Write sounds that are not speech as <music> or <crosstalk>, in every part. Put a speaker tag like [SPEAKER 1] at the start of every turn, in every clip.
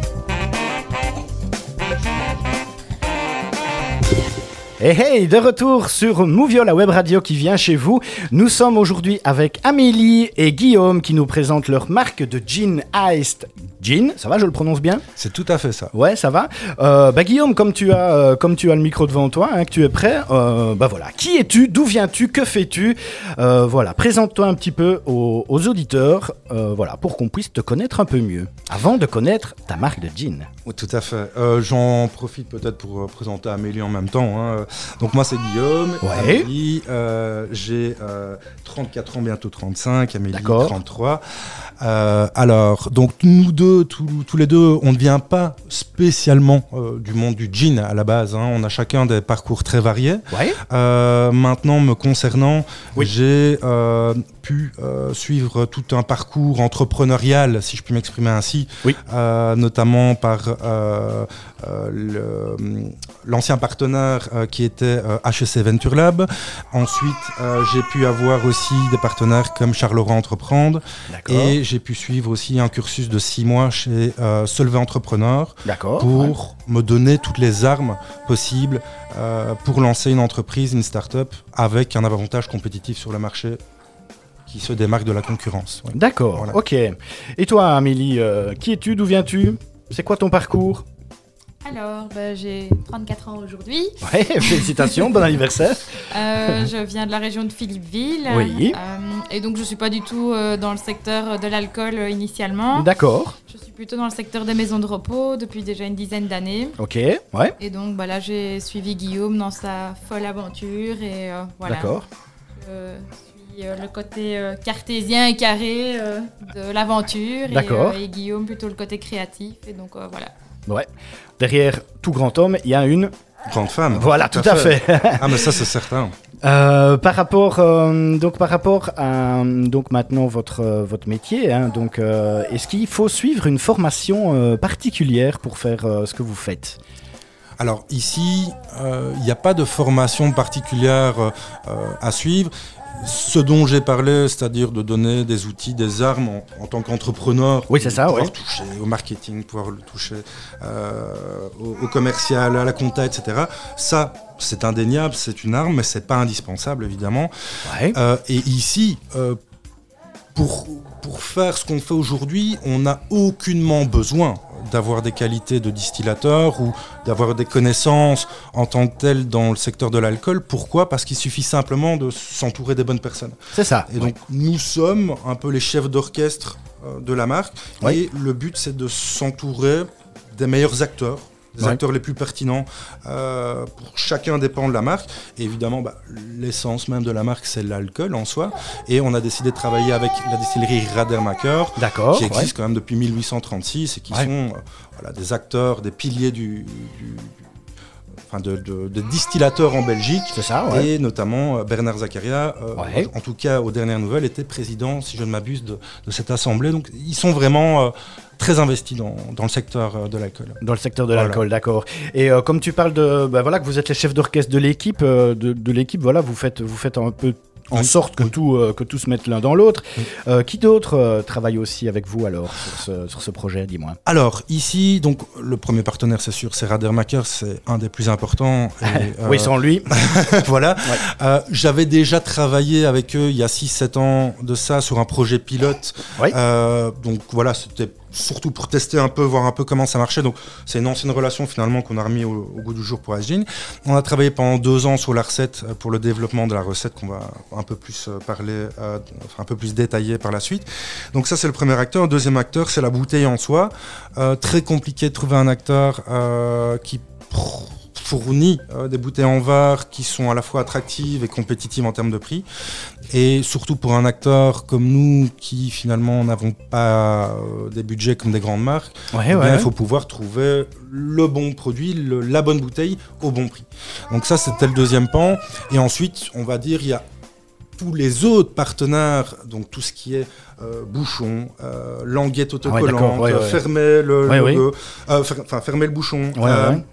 [SPEAKER 1] Hey Eh, hey, de retour sur Mouvio, la web radio qui vient chez vous. Nous sommes aujourd'hui avec Amélie et Guillaume qui nous présentent leur marque de jean Iced. Jean, ça va, je le prononce bien
[SPEAKER 2] C'est tout à fait ça.
[SPEAKER 1] Ouais, ça va. Euh, bah Guillaume, comme tu as, euh, comme tu as le micro devant toi, hein, que tu es prêt, euh, bah voilà. Qui es-tu D'où viens-tu Que fais-tu Euh, Voilà, présente-toi un petit peu aux, aux auditeurs, euh, voilà, pour qu'on puisse te connaître un peu mieux. Avant de connaître ta marque de jean.
[SPEAKER 2] Oui, tout à fait. Euh, J'en profite peut-être pour euh, présenter Amélie en même temps. hein. Donc moi c'est Guillaume.
[SPEAKER 1] Ouais.
[SPEAKER 2] Amélie, euh, j'ai euh, 34 ans, bientôt 35. Amélie,
[SPEAKER 1] D'accord.
[SPEAKER 2] 33. Euh, alors, donc nous deux, tous, tous les deux, on ne vient pas spécialement euh, du monde du jean à la base. hein. On a chacun des parcours très variés.
[SPEAKER 1] Ouais.
[SPEAKER 2] Euh, maintenant, me concernant,
[SPEAKER 1] Oui.
[SPEAKER 2] j'ai euh, pu euh, suivre tout un parcours entrepreneurial, si je puis m'exprimer ainsi,
[SPEAKER 1] Oui.
[SPEAKER 2] Euh, notamment par euh, euh, le- l'ancien partenaire euh, qui était euh, HEC Venture Lab. Ensuite, euh, j'ai pu avoir aussi des partenaires comme Charles-Laurent Entreprendre
[SPEAKER 1] D'accord.
[SPEAKER 2] et j'ai pu suivre aussi un cursus de six mois chez euh, Solvay Entrepreneur
[SPEAKER 1] D'accord. ouais.
[SPEAKER 2] pour me donner toutes les armes possibles euh, pour lancer une entreprise, une start-up, avec un avantage compétitif sur le marché qui se démarque de la concurrence. ouais.
[SPEAKER 1] D'accord,
[SPEAKER 2] Voilà.
[SPEAKER 1] ok. Et toi, Amélie, euh, qui es-tu D'où viens-tu C'est quoi ton parcours
[SPEAKER 3] Alors, ben, j'ai 34 ans aujourd'hui.
[SPEAKER 1] Ouais, <laughs> félicitations, bon anniversaire. <laughs>
[SPEAKER 3] Euh, je viens de la région de Philippeville.
[SPEAKER 1] Oui.
[SPEAKER 3] Euh, et donc, je ne suis pas du tout euh, dans le secteur de l'alcool euh, initialement.
[SPEAKER 1] D'accord,
[SPEAKER 3] Je suis plutôt dans le secteur des maisons de repos depuis déjà une dizaine d'années.
[SPEAKER 1] ok, ouais,
[SPEAKER 3] Et donc, bah, là, j'ai suivi Guillaume dans sa folle aventure. Et euh, voilà.
[SPEAKER 1] d'accord.
[SPEAKER 3] Je suis euh, le côté euh, cartésien et carré euh, de l'aventure. et,
[SPEAKER 1] D'accord.
[SPEAKER 3] euh, Et, Guillaume, plutôt le côté créatif. Et donc, euh, voilà.
[SPEAKER 1] Ouais. Derrière tout grand homme, il y a une.
[SPEAKER 2] Grande femme.
[SPEAKER 1] Voilà, tout à fait. <laughs>
[SPEAKER 2] ah, mais ça, c'est certain.
[SPEAKER 1] Euh, par rapport, euh, donc par rapport à euh, donc maintenant votre euh, votre métier, hein, donc euh, est-ce qu'il faut suivre une formation euh, particulière pour faire euh, ce que vous faites
[SPEAKER 2] Alors ici, euh, il n'y a pas de formation particulière euh, euh, à suivre. Ce dont j'ai parlé, c'est-à-dire de donner des outils, des armes en, en tant qu'entrepreneur,
[SPEAKER 1] Oui, c'est ça,
[SPEAKER 2] pouvoir
[SPEAKER 1] oui.
[SPEAKER 2] toucher au marketing, pouvoir le toucher euh, au, au commercial, à la compta, etc. Ça, c'est indéniable, c'est une arme, mais c'est pas indispensable évidemment.
[SPEAKER 1] Ouais.
[SPEAKER 2] Euh, et ici, euh, pour, pour faire ce qu'on fait aujourd'hui, on n'a aucunement besoin d'avoir des qualités de distillateur ou d'avoir des connaissances en tant que telles dans le secteur de l'alcool. Pourquoi Parce qu'il suffit simplement de s'entourer des bonnes personnes.
[SPEAKER 1] C'est ça.
[SPEAKER 2] Et donc nous sommes un peu les chefs d'orchestre euh, de la marque
[SPEAKER 1] Oui.
[SPEAKER 2] et le but c'est de s'entourer des meilleurs acteurs des
[SPEAKER 1] Ouais.
[SPEAKER 2] acteurs les plus pertinents euh, pour chacun dépend de la marque. Et évidemment, bah, l'essence même de la marque, c'est l'alcool en soi. Et on a décidé de travailler avec la distillerie Radermacher,
[SPEAKER 1] D'accord.
[SPEAKER 2] qui
[SPEAKER 1] Oh, ouais.
[SPEAKER 2] existe quand même depuis 1836 et qui
[SPEAKER 1] Ouais.
[SPEAKER 2] sont euh, voilà, des acteurs, des piliers du, du- enfin de- de- des distillateurs en Belgique.
[SPEAKER 1] C'est ça. Ah Ouais.
[SPEAKER 2] Et notamment euh, Bernard Zakaria, euh,
[SPEAKER 1] Ouais.
[SPEAKER 2] en tout cas aux dernières nouvelles, était président, si je ne m'abuse, de, de cette assemblée. Donc ils sont vraiment euh, très investis dans, dans le secteur euh, de l'alcool.
[SPEAKER 1] Dans le secteur de
[SPEAKER 2] Voilà.
[SPEAKER 1] l'alcool, d'accord. Et euh, comme tu parles de, bah, voilà, que vous êtes les chefs d'orchestre de l'équipe, euh, de, de l'équipe, voilà, vous faites, vous faites un peu en
[SPEAKER 2] Oui.
[SPEAKER 1] sorte que tout, euh, que tout se mette l'un dans l'autre.
[SPEAKER 2] Oui.
[SPEAKER 1] Euh, qui d'autre euh, travaille aussi avec vous alors sur ce, sur ce projet, dis-moi.
[SPEAKER 2] Alors ici, donc le premier partenaire, c'est sûr, c'est Radermacher, c'est un des plus importants. et,
[SPEAKER 1] <laughs>
[SPEAKER 2] euh,
[SPEAKER 1] Oui, sans lui.
[SPEAKER 2] <laughs> voilà.
[SPEAKER 1] Ouais.
[SPEAKER 2] Euh, J'avais déjà travaillé avec eux il y a 6-7 ans de ça sur un projet pilote.
[SPEAKER 1] Ouais.
[SPEAKER 2] Euh, donc voilà, c'était surtout pour tester un peu, voir un peu comment ça marchait. Donc c'est une ancienne relation finalement qu'on a remis au, au goût du jour pour Asgine. On a travaillé pendant deux ans sur la recette euh, pour le développement de la recette qu'on va un peu plus euh, parler, euh, enfin un peu plus détaillé par la suite. Donc ça c'est le premier acteur. Deuxième acteur c'est la bouteille en soi. Euh, très compliqué de trouver un acteur euh, qui pr- fournit euh, des bouteilles en verre qui sont à la fois attractives et compétitives en termes de prix. Et surtout pour un acteur comme nous qui finalement n'avons pas euh, des budgets comme des grandes marques,
[SPEAKER 1] Ouais,
[SPEAKER 2] eh bien,
[SPEAKER 1] ouais.
[SPEAKER 2] il faut pouvoir trouver le bon produit, le- la bonne bouteille au bon prix. Donc ça, c'était le deuxième pan. Et ensuite, on va dire, il y a tous les autres partenaires, donc tout ce qui est euh, bouchon, euh, languette
[SPEAKER 1] Ah ouais,
[SPEAKER 2] autocollante,
[SPEAKER 1] d'accord, ouais, ouais.
[SPEAKER 2] fermer le,
[SPEAKER 1] Ouais,
[SPEAKER 2] le-
[SPEAKER 1] oui.
[SPEAKER 2] le- euh, fer- enfin, fermer le bouchon,
[SPEAKER 1] Ouais,
[SPEAKER 2] euh,
[SPEAKER 1] ouais.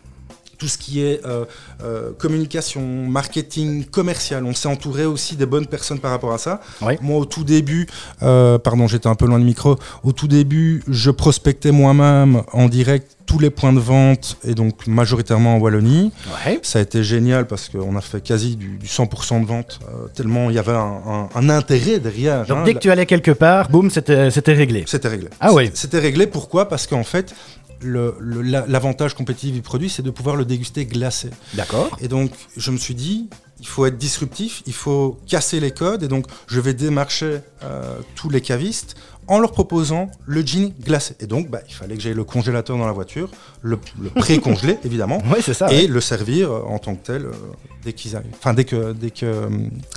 [SPEAKER 2] tout ce qui est euh, euh, communication, marketing, commercial. On s'est entouré aussi des bonnes personnes par rapport à ça.
[SPEAKER 1] Ouais.
[SPEAKER 2] Moi, au tout début, euh, pardon, j'étais un peu loin du micro. Au tout début, je prospectais moi-même en direct tous les points de vente et donc majoritairement en Wallonie.
[SPEAKER 1] Ouais.
[SPEAKER 2] Ça a été génial parce qu'on a fait quasi du, du 100% de vente, euh, tellement il y avait un, un- un intérêt derrière.
[SPEAKER 1] Donc
[SPEAKER 2] hein.
[SPEAKER 1] dès que tu allais quelque part, boum, c'était c'était réglé.
[SPEAKER 2] C'était réglé.
[SPEAKER 1] Ah oui.
[SPEAKER 2] C'était réglé pourquoi Parce qu'en fait, le- le- la- l'avantage compétitif du produit, c'est de pouvoir le déguster glacé.
[SPEAKER 1] D'accord.
[SPEAKER 2] Et donc, je me suis dit, il faut être disruptif, il faut casser les codes. Et donc, je vais démarcher euh, tous les cavistes en leur proposant le gin glacé. Et donc, bah, il fallait que j'aille le congélateur dans la voiture, le, le pré-congeler, <laughs> évidemment,
[SPEAKER 1] Ouais, c'est ça.
[SPEAKER 2] et
[SPEAKER 1] Ah ouais.
[SPEAKER 2] le servir euh, en tant que tel euh, dès qu'ils arrivent. Enfin, dès que, dès, que, euh,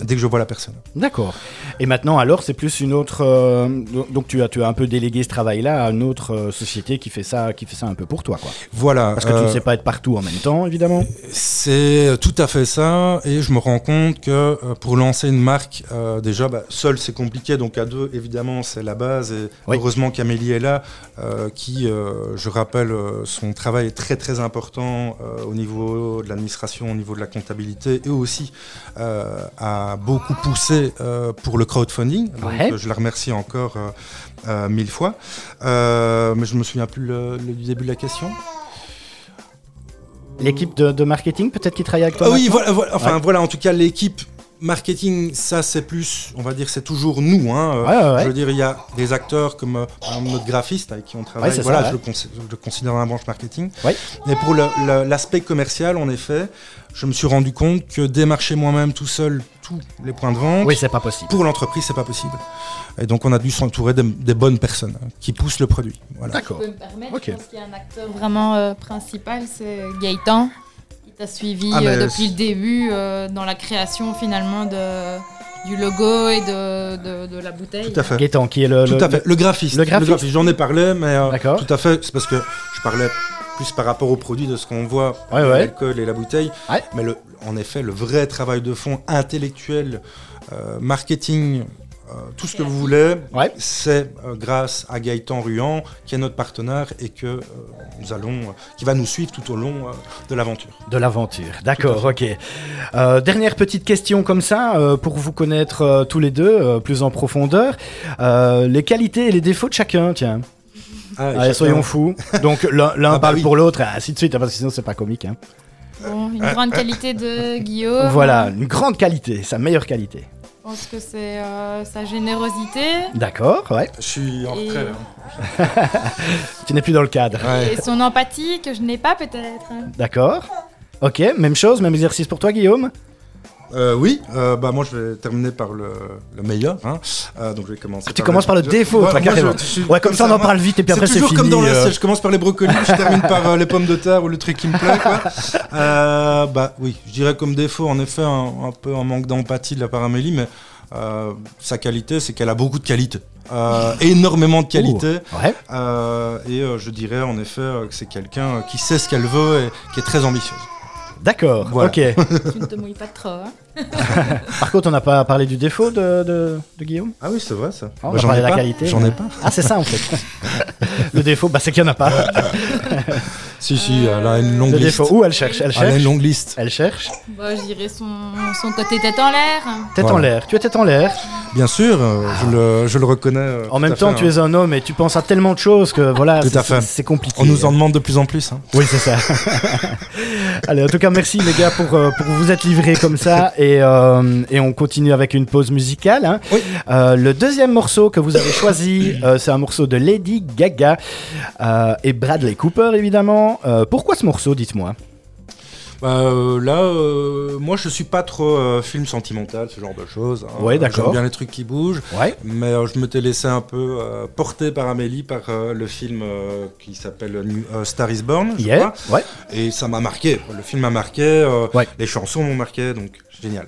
[SPEAKER 2] dès que je vois la personne.
[SPEAKER 1] D'accord. Et maintenant, alors, c'est plus une autre. euh, donc, tu as, tu as un peu délégué ce travail-là à une autre euh, société qui fait ça, qui fait ça un peu pour toi, quoi.
[SPEAKER 2] Voilà.
[SPEAKER 1] Parce que tu ne
[SPEAKER 2] euh,
[SPEAKER 1] sais pas être partout en même temps, évidemment.
[SPEAKER 2] C'est tout à fait ça, et je me rends compte que euh, pour lancer une marque, euh, déjà, bah, seul c'est compliqué, donc à deux, évidemment, c'est la base, et
[SPEAKER 1] Oui.
[SPEAKER 2] heureusement qu'Amélie est là, euh, qui, euh, je rappelle, euh, son travail est très très important euh, au niveau de l'administration, au niveau de la comptabilité, et aussi euh, a beaucoup poussé euh, pour le crowdfunding, donc
[SPEAKER 1] Ouais.
[SPEAKER 2] euh, je la remercie encore euh, euh, mille fois, Euh, mais je me souviens plus le- le- du début de la question.
[SPEAKER 1] L'équipe de, de marketing, peut-être qui travaille avec toi.
[SPEAKER 2] Ah oui, voilà, voilà, enfin
[SPEAKER 1] Ouais.
[SPEAKER 2] voilà, en tout cas l'équipe marketing, ça c'est plus, on va dire, c'est toujours nous. Hein, euh,
[SPEAKER 1] Ouais, ouais, ouais.
[SPEAKER 2] Je veux dire, il y a des acteurs comme euh, par exemple, notre graphiste avec qui on travaille.
[SPEAKER 1] Ouais, c'est
[SPEAKER 2] voilà,
[SPEAKER 1] ça,
[SPEAKER 2] je, le consi- je le considère dans la branche marketing.
[SPEAKER 1] Ouais.
[SPEAKER 2] Et pour le- le- l'aspect commercial, en effet, je me suis rendu compte que démarcher moi-même tout seul tous les points de vente.
[SPEAKER 1] Oui, c'est pas possible.
[SPEAKER 2] Pour l'entreprise, c'est pas possible. Et donc, on a dû s'entourer des, des bonnes personnes hein, qui poussent le produit. Voilà.
[SPEAKER 3] Je
[SPEAKER 1] D'accord.
[SPEAKER 3] peux me permettre,
[SPEAKER 1] Ok.
[SPEAKER 3] je pense qu'il y a un acteur vraiment euh, principal, c'est Gaëtan, qui t'a suivi
[SPEAKER 2] Ah,
[SPEAKER 3] euh,
[SPEAKER 2] mais
[SPEAKER 3] depuis
[SPEAKER 2] c'est-
[SPEAKER 3] le début euh, dans la création finalement de, du logo et de, de- de la bouteille.
[SPEAKER 2] Tout à fait.
[SPEAKER 1] Gaëtan, qui est le.
[SPEAKER 2] Tout
[SPEAKER 1] Euh, le-
[SPEAKER 2] à fait. Le graphiste.
[SPEAKER 1] le graphiste.
[SPEAKER 2] J'en ai parlé, mais euh,
[SPEAKER 1] D'accord.
[SPEAKER 2] tout à fait. C'est parce que je parlais plus par rapport au produit de ce qu'on voit,
[SPEAKER 1] Ouais, ouais.
[SPEAKER 2] l'alcool et la bouteille.
[SPEAKER 1] Ouais.
[SPEAKER 2] Mais le, en effet, le vrai travail de fond intellectuel, euh, marketing, euh, tout ce que vous voulez,
[SPEAKER 1] Ouais.
[SPEAKER 2] c'est euh, grâce à Gaëtan Ruan, qui est notre partenaire et que euh, nous allons, euh, qui va nous suivre tout au long euh, de l'aventure.
[SPEAKER 1] De l'aventure, d'accord, ok. Euh, dernière petite question comme ça, euh, pour vous connaître euh, tous les deux euh, plus en profondeur. Euh, les qualités et les défauts de chacun, tiens.
[SPEAKER 2] Ah, et
[SPEAKER 1] Allez,
[SPEAKER 2] chacun-
[SPEAKER 1] soyons fous. Donc
[SPEAKER 2] <laughs>
[SPEAKER 1] l'un l'un
[SPEAKER 2] Ah bah
[SPEAKER 1] parle
[SPEAKER 2] oui.
[SPEAKER 1] pour l'autre, et ainsi de suite, hein, parce que sinon c'est pas comique. hein.
[SPEAKER 3] Bon, une
[SPEAKER 2] Euh,
[SPEAKER 3] grande qualité de Guillaume.
[SPEAKER 1] Voilà, une grande qualité, sa meilleure qualité.
[SPEAKER 3] Je pense que c'est euh, sa générosité
[SPEAKER 1] D'accord, ouais.
[SPEAKER 2] Je suis en
[SPEAKER 3] Et-
[SPEAKER 2] retrait là.
[SPEAKER 1] Tu n'es plus dans le cadre.
[SPEAKER 2] Ouais.
[SPEAKER 3] et son empathie que je n'ai pas peut-être.
[SPEAKER 1] D'accord. Ok, même chose, même exercice pour toi, Guillaume.
[SPEAKER 2] Euh, oui, euh, bah moi je vais terminer par le, le meilleur. hein. Euh, donc je vais commencer.
[SPEAKER 1] Ah, Tu commences par le défaut, toi,
[SPEAKER 2] Ouais, moi,
[SPEAKER 1] carrément.
[SPEAKER 2] je- je suis
[SPEAKER 1] Ouais, comme, ça, on en
[SPEAKER 2] moi.
[SPEAKER 1] parle vite et puis après
[SPEAKER 2] C'est
[SPEAKER 1] c'est
[SPEAKER 2] toujours
[SPEAKER 1] fini.
[SPEAKER 2] comme dans le
[SPEAKER 1] euh.
[SPEAKER 2] je commence par les brocolis, je termine par euh, les pommes de terre ou le truc qui me plaît.
[SPEAKER 1] <laughs>
[SPEAKER 2] Quoi. Euh, bah oui, je dirais comme défaut en effet un, un peu un manque d'empathie de la part d'Amélie, mais euh, sa qualité c'est qu'elle a beaucoup de qualité, Euh, énormément de qualité.
[SPEAKER 1] Ouais,
[SPEAKER 2] Euh, et euh, je dirais en effet euh, que c'est quelqu'un euh, qui sait ce qu'elle veut et qui est très ambitieuse.
[SPEAKER 1] d'accord.
[SPEAKER 2] Voilà.
[SPEAKER 1] Ok.
[SPEAKER 3] tu ne te mouilles pas trop. hein.
[SPEAKER 1] Par contre, on n'a pas parlé du défaut de, de- de Guillaume.
[SPEAKER 2] Ah oui, c'est vrai ça.
[SPEAKER 1] On
[SPEAKER 2] Bah,
[SPEAKER 1] a
[SPEAKER 2] j'en
[SPEAKER 1] parlé
[SPEAKER 2] ai
[SPEAKER 1] de la
[SPEAKER 2] pas.
[SPEAKER 1] qualité.
[SPEAKER 2] J'en ai pas.
[SPEAKER 1] Ah, c'est ça en
[SPEAKER 2] <laughs>
[SPEAKER 1] fait. le défaut, bah, c'est qu'il n'y en a pas.
[SPEAKER 2] Si, si, elle a une longue
[SPEAKER 1] Le
[SPEAKER 2] liste. Ah,
[SPEAKER 1] défaut, où elle cherche Elle
[SPEAKER 2] Elle a
[SPEAKER 1] cherche
[SPEAKER 2] une longue liste.
[SPEAKER 1] Elle cherche.
[SPEAKER 3] Bah, je dirais son, son côté tête en l'air.
[SPEAKER 1] Tête en
[SPEAKER 2] Voilà.
[SPEAKER 1] l'air. Tu es tête en l'air.
[SPEAKER 2] Bien sûr, euh, je, le, je le reconnais. euh,
[SPEAKER 1] En
[SPEAKER 2] tout
[SPEAKER 1] même
[SPEAKER 2] à
[SPEAKER 1] temps,
[SPEAKER 2] fait,
[SPEAKER 1] tu
[SPEAKER 2] hein.
[SPEAKER 1] es un homme et tu penses à tellement de choses que voilà,
[SPEAKER 2] Tout
[SPEAKER 1] c'est-
[SPEAKER 2] à fait.
[SPEAKER 1] c'est c'est compliqué.
[SPEAKER 2] On nous en demande de plus en plus. hein.
[SPEAKER 1] Oui, c'est ça. <laughs> Allez, en tout cas, merci les gars pour, euh, pour vous être livrés comme ça. Et, euh, et on continue avec une pause musicale. hein.
[SPEAKER 2] Oui.
[SPEAKER 1] Euh, le deuxième morceau que vous avez choisi, euh, c'est un morceau de Lady Gaga euh, et Bradley Cooper, évidemment. Euh, pourquoi ce morceau, dites-moi
[SPEAKER 2] Bah, euh, là, euh, moi, je suis pas trop euh, film sentimental, ce genre de choses. hein.
[SPEAKER 1] Ouais, d'accord.
[SPEAKER 2] J'aime bien les trucs qui bougent,
[SPEAKER 1] Ouais.
[SPEAKER 2] mais euh, je m'étais laissé un peu euh, porter par Amélie par euh, le film euh, qui s'appelle euh, Star Is Born, je
[SPEAKER 1] Yeah.
[SPEAKER 2] crois.
[SPEAKER 1] Ouais.
[SPEAKER 2] et ça m'a marqué. Le film m'a marqué, euh,
[SPEAKER 1] Ouais.
[SPEAKER 2] les chansons m'ont marqué, donc génial.